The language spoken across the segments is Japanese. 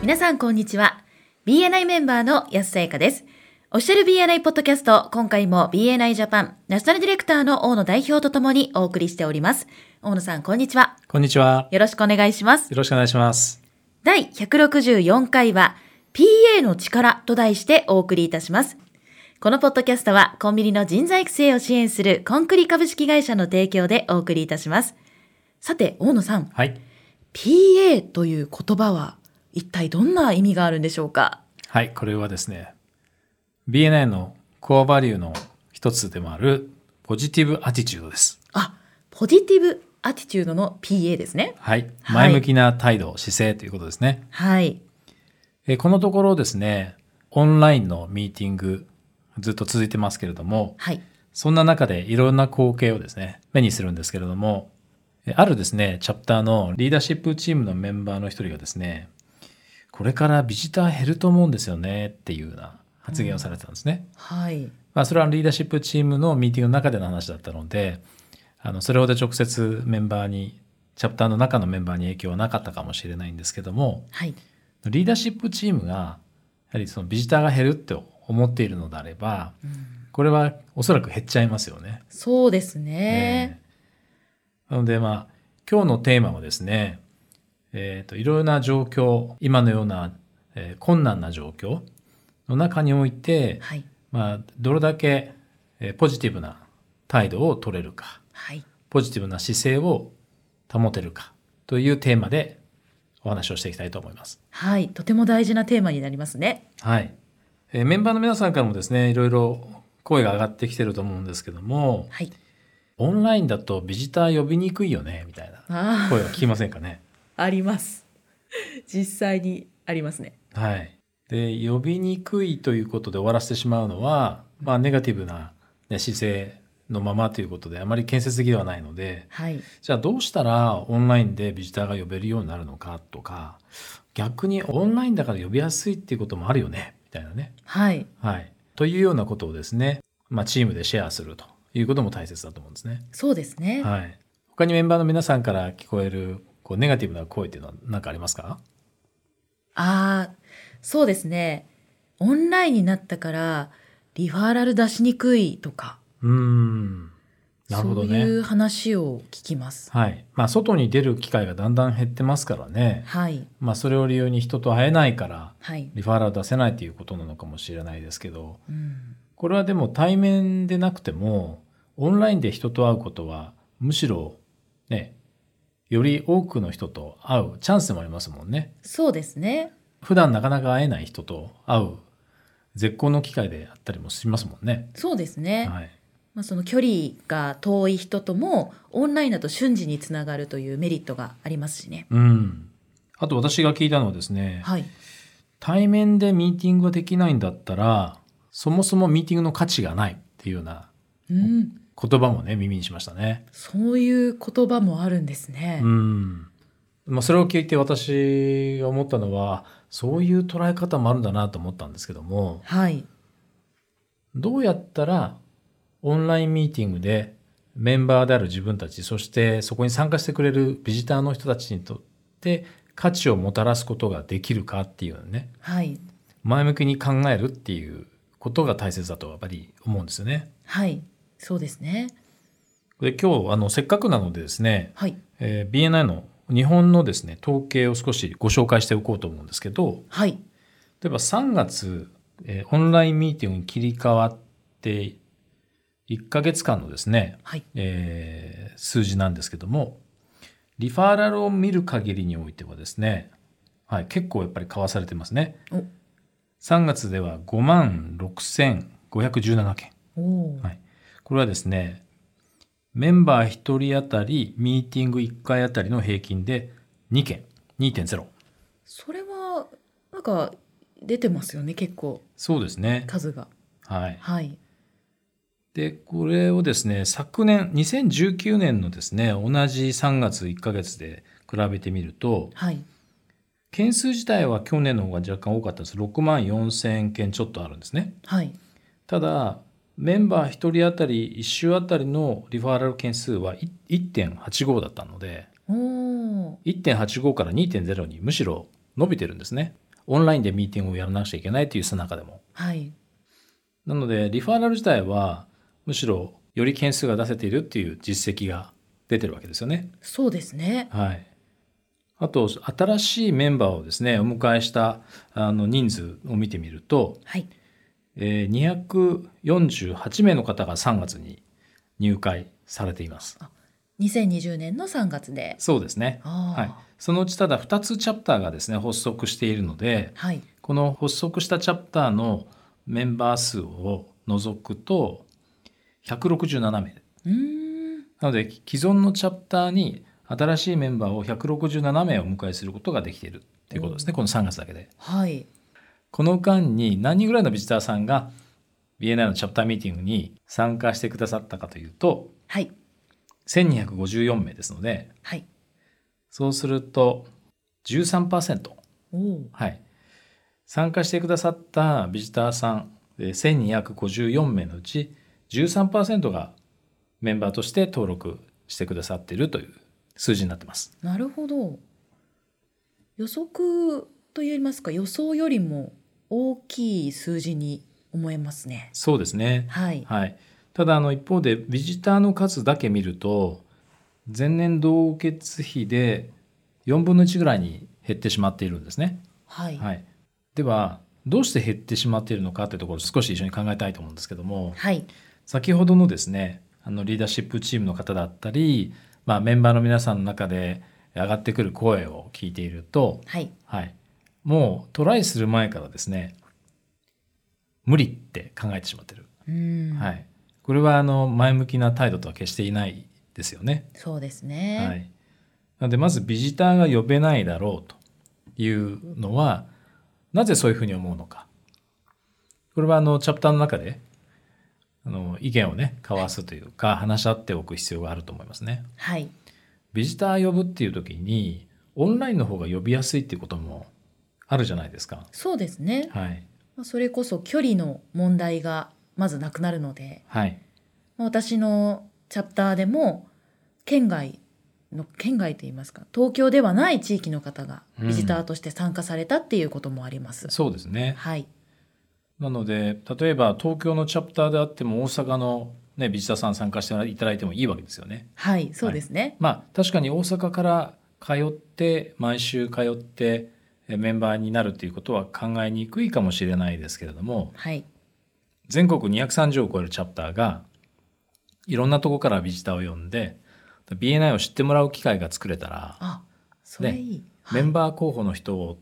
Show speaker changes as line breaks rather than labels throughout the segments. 皆さんこんにちは。BNI メンバーの安さやかです。オフィシャル BNI ポッドキャスト、今回も BNI ジャパン、ナショナルディレクターの大野代表とともにお送りしております。大野さん、こんにちは。
こんにちは。
よろしくお願いします。
よろしくお願いします。
第164回は PA の力と題してお送りいたします。このポッドキャストはコンビニの人材育成を支援するコンクリ株式会社の提供でお送りいたします。さて、大野さん、
はい。
PA という言葉は一体どんな意味があるんでしょうか
はい、これはですね、BNI のコアバリューの一つでもあるポジティブアティチュードです。
あ、ポジティブアティチュードの PA ですね。
はい。
はい
前向きな態度、姿勢ということですね。
はい。
えーこのところですね、オンラインのミーティング、ずっと続いてますけれども、
はい。
そんな中でいろんな光景をですね、目にするんですけれども、えあるですね、チャプターのリーダーシップチームのメンバーの一人がですね、これからビジター減ると思うんですよねっていうような発言をされてたんですね。
はい。
まあ、それはリーダーシップチームのミーティングの中での話だったので、あのそれほど直接メンバーに、チャプターの中のメンバーに影響はなかったかもしれないんですけども、
はい。
リーダーシップチームが、やはりそのビジターが減るって思っているのであれば、これはおそらく減っちゃいますよね。
そうですね。
ええなのでまあ今日のテーマはですね、えーといろいろな状況今のような、えー困難な状況の中において、
はい。
まあ、どれだけ、えーポジティブな態度を取れるか
はい。
ポジティブな姿勢を保てるかというテーマでお話をしていきたいと思います。
はい。とても大事なテーマになりますね。
はい、えーメンバーの皆さんからもですねいろいろ声が上がってきてると思うんですけども
はい。
オンラインだとビジター呼びにくいよねみたいな
あ
声は聞きませんかね。
あ、あります。実際にありますね。
はい、で呼びにくいということで終わらせてしまうのは、まあ、ネガティブな、ね、姿勢のままということであまり建設的ではないので
はい。
じゃあどうしたらオンラインでビジターが呼べるようになるのかとか逆にオンラインだから呼びやすいっていうこともあるよねみたいなね。
はい。
はい、というようなことをですね、まあ、チームでシェアするということも大切だと思うんですね。
そうですね。
はい、他にメンバーの皆さんから聞こえるこうネガティブな声っていうのは何かありますか
ああ、そうですね。オンラインになったから、リファーラル出しにくいとか、
うーんなるほどね。
そういう話を聞きます。
はいまあ、外に出る機会がだんだん減ってますからね、
はい。
まあ、それを理由に人と会えないから
はい。
リファーラル出せないということなのかもしれないですけど
うん。
これはでも対面でなくてもオンラインで人と会うことはむしろねより多くの人と会うチャンスもありますもんね
そうですね。
普段なかなか会えない人と会う絶好の機会であったりもしますもんね。
そうですね。
はい、
まあ、その距離が遠い人とも、オンラインだと瞬時につながるというメリットがありますしね。
うんあと私が聞いたのはですね、
はい。
対面でミーティングができないんだったらそもそもミーティングの価値がないっていうような
うん。
言葉もね耳にしましたね。
そういう言葉もあるんですね。
うんまあ、それを聞いて私が思ったのはそういう捉え方もあるんだなと思ったんですけども
はい。
どうやったらオンラインミーティングでメンバーである自分たちそしてそこに参加してくれるビジターの人たちにとって価値をもたらすことができるかっていうね
はい。
前向きに考えるっていうことが大切だとやっぱり思うんですよね。
はい。そうですね。
で今日あのせっかくなのでですね、
はい。
えー BNI の日本のですね統計を少しご紹介しておこうと思うんですけど
はい。
例えば3月、えーオンラインミーティングに切り替わって1ヶ月間のですね、
はい。
えー数字なんですけどもリファーラルを見る限りにおいてはですね、はい、結構やっぱり交わされてますね
お
3月では5万6517件
おー
はい、これはですねメンバー1人当たりミーティング1回当たりの平均で2件2.0
それはなんか出てますよね結構
そうですね
数が
はい
はい
でこれをですね昨年2019年のですね同じ3月1ヶ月で比べてみると
はい
件数自体は去年の方が若干多かったんです6万4,000件ちょっとあるんですね
はい
ただメンバー1人当たり1週当たりのリファーラル件数は1.85だったので
おお
1.85から2.0にむしろ伸びてるんですね。オンラインでミーティングをやらなくちゃいけないというさなかでも。
はい。
なので、リファーラル自体は、むしろより件数が出せているっていう実績が出てるわけですよね。
そうですね。
はい。あと、新しいメンバーをですね、お迎えしたあの人数を見てみると、
はい。
えー248名の方が3月に入会されています。
2020年の3月で。
そうですね。
ああ。
はい。そのうちただ2つチャプターがですね、発足しているので、
はい。
この発足したチャプターのメンバー数を除くと167名
うーん。
なので既存のチャプターに新しいメンバーを167名お迎えすることができているということですね、この3月だけで
はい。
この間に何人ぐらいのビジターさんが BNI のチャプターミーティングに参加してくださったかというと
はい。
1254名ですので
はい。
そうすると13%
おお。
はい、参加してくださったビジターさんえー1254名のうち13%がメンバーとして登録してくださっているという数字になってます。
なるほど。予測といいますか、予想よりも大きい数字に思えますね。
そうですね、
はい。
はい、ただあの一方でビジターの数だけ見ると前年同月比で4分の1ぐらいに減ってしまっているんですね。
はい。はい。
はい、ではどうして減ってしまっているのかというところを少し一緒に考えたいと思うんですけども。先ほどのですねあのリーダーシップチームの方だったり、まあ、メンバーの皆さんの中で上がってくる声を聞いていると、
はい。
はい、もうトライする前からですね無理って考えてしまってる、
うーん。
はい、これはあの前向きな態度とは決していないですよね。
そうです
は
ね。
い、なのでまずビジターが呼べないだろうというのはなぜそういうふうに思うのかこれはあのチャプターの中であの意見をね交わすというか話し合っておく必要があると思いますね。
はい。
ビジター呼ぶっていう時にオンラインの方が呼びやすいっていうこともあるじゃないですか。
そうですね。
はい、
まあそれこそ距離の問題がまずなくなるので、
はい、
まあ私のチャプターでも県外の県外と言いますか、東京ではない地域の方が
うん
ビジターとして参加されたっていうこともあります。
そうですね。
はい。
なので例えば東京のチャプターであっても大阪の、ね、ビジターさん参加していただいてもいいわけですよね。
はい、そうですね。
まあ確かに大阪から通って毎週通ってえメンバーになるということは考えにくいかもしれないですけれども
はい。
全国230を超えるチャプターがいろんなとこからビジターを呼んで BNI を知ってもらう機会が作れたら
あ、それいい。は
メ
い。
ンバー候補の人を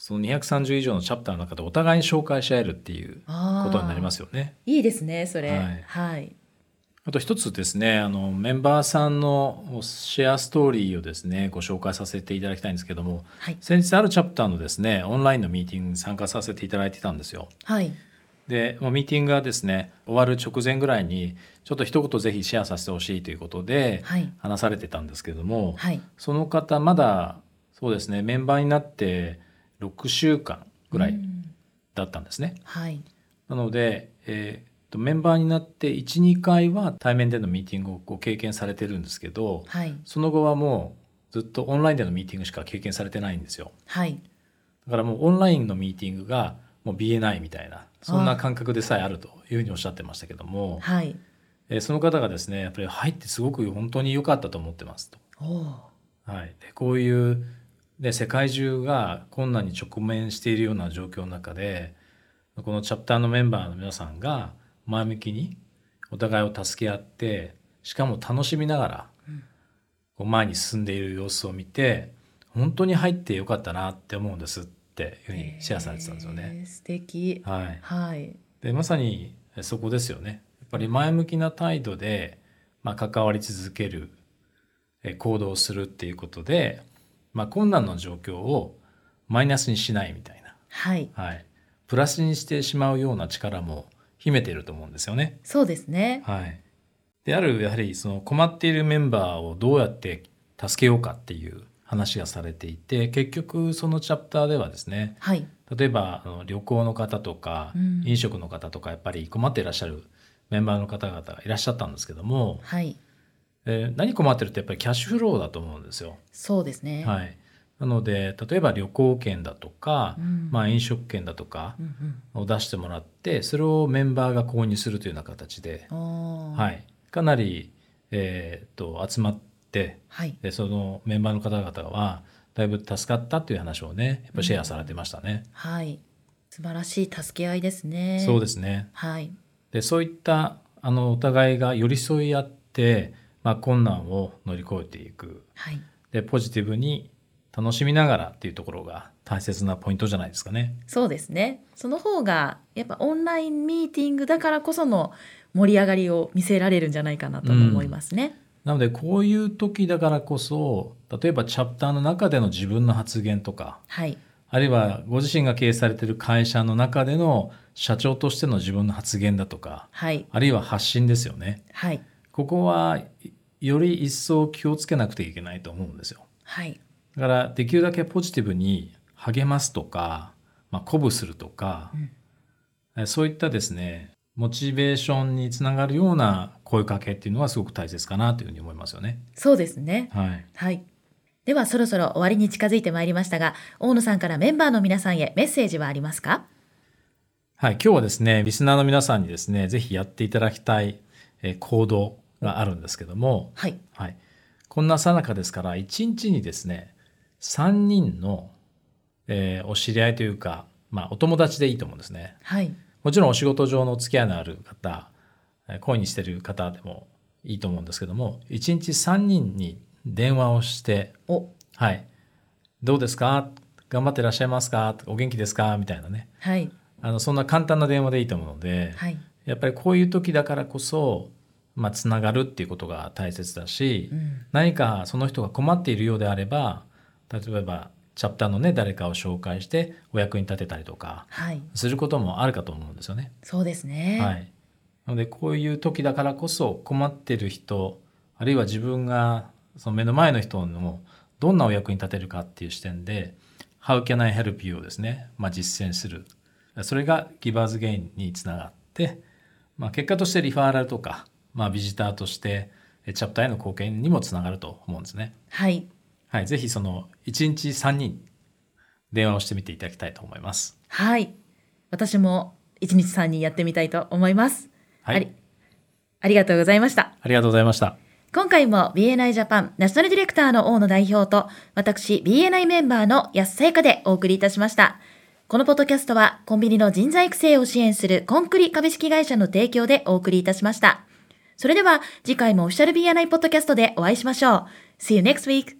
その230以上のチャプターの中でお互いに紹介し合えるっていうことになりますすよね。
いいですね、それ。
はい
はい。
あと一つですねあのメンバーさんのシェアストーリーをですねご紹介させていただきたいんですけども
はい。
先日あるチャプターのですねオンラインのミーティングに参加させていただいてたんですよ
はい。
でもうミーティングがですね終わる直前ぐらいにちょっと一言ぜひシェアさせてほしいということで
はい。
話されてたんですけれども、
はい。
その方まだそうですねメンバーになって6週間ぐら
う
い
ん
だったんですね、
はい。
なので、えーとメンバーになって12回は対面でのミーティングをご経験されてるんですけど
はい。
その後はもうずっとオンラインでのミーティングしか経験されてないんですよ
はい。
だからもうオンラインのミーティングがもう BNI みたいなそんな感覚でさえあるというふうにおっしゃってましたけども、
はい。
えーその方がですねやっぱり入ってすごく本当に良かったと思ってますと。
おお。
はい、でこういうで世界中が困難に直面しているような状況の中でこのチャプターのメンバーの皆さんが前向きにお互いを助け合ってしかも楽しみながら
うん
こう前に進んでいる様子を見て本当に入ってよかったなって思うんですっていうふうにシェアされてたんですよね。
えー。素敵。
はい、
はい。
でまさにそこですよねやっぱり前向きな態度で、まあ、関わり続けるえ行動をするっていうことで、まあ、困難の状況をマイナスにしないみたいな、
はい。
はい、プラスにしてしまうような力も秘めていると思うんですよね。
そうですね。
はい、であるやはりその困っているメンバーをどうやって助けようかっていう話がされていて結局そのチャプターではですね
はい。
例えばあの旅行の方とか
うん
飲食の方とかやっぱり困っていらっしゃるメンバーの方々がいらっしゃったんですけども、
はい。
えー何困ってるってやっぱりキャッシュフローだと思うんですよ。
そうですね。
はい、なので例えば旅行券だとか、
うん
まあ、飲食券だとか
うんうん
を出してもらってそれをメンバーが購入するというような形で、
あー
はい、かなり、えーと集まって
はい
でそのメンバーの方々はだいぶ助かったという話をねやっぱシェアされてましたね。
はい素晴らしい助け合いですね
そう
す
ですね
はい
でそういったあのお互いが寄り添い合って、まあ、困難を乗り越えていく
はい
でポジティブに楽しみながらっていうところが大切なポイントじゃないですかね。
そうですねその方がやっぱオンラインミーティングだからこその盛り上がりを見せられるんじゃないかなとも思いますね、
なのでこういう時だからこそ例えばチャプターの中での自分の発言とか
はい
あるいはご自身が経営されている会社の中での社長としての自分の発言だとか
はい
あるいは発信ですよね
はい
ここはいより一層気をつけなくてはいけないと思うんですよ
はい
だからできるだけポジティブに励ますとか、まあ、鼓舞するとか、えそういったですねモチベーションにつながるような声かけっていうのはすごく大切かなというふうに思いますよね。
そうですね
はい、
はいではそろそろ終わりに近づいてまいりましたが大野さんからメンバーの皆さんへメッセージはありますか
はい、今日はですねリスナーの皆さんにですねぜひやっていただきたい、えー行動があるんですけども、
はい
はい、こんなさなかですから1日にですね3人の、えーお知り合いというか、まあ、お友達でいいと思うんですね。
はい
もちろんお仕事上のお付き合いのある方、えー恋にしてる方でもいいと思うんですけども、1日3人に電話をして、
お
はい、どうですか頑張ってらっしゃいますかお元気ですかみたいなね。
はい
あの、そんな簡単な電話でいいと思うので、
はい
やっぱりこういう時だからこそ、まあ、つながるっていうことが大切だし、
うん
何かその人が困っているようであれば、例えば、チャプターのね、誰かを紹介してお役に立てたりとか、
はい
することもあるかと思うんですよね。
そうですね
はい、なのでこういう時だからこそ困ってる人あるいは自分がその目の前の人のどんなお役に立てるかっていう視点で「How can I help you?」をですね、まあ、実践するそれがギバーズゲインにつながって、まあ、結果としてリファーラルとか、まあ、ビジターとしてえチャプターへの貢献にもつながると思うんですね。
はい
はい、ぜひその1日3人電話をしてみていただきたいと思います。
はい。私も一日三人やってみたいと思います。
は
あり
い、
ありがとうございました。
ありがとうございました。
今回も BNI ジャパンナショナルディレクターの大野代表と私 BNI メンバーの安さやかでお送りいたしました。このポッドキャストはコンビニの人材育成を支援するコンクリ株式会社の提供でお送りいたしました。それでは次回もオフィシャル BNI ポッドキャストでお会いしましょう。See you next week!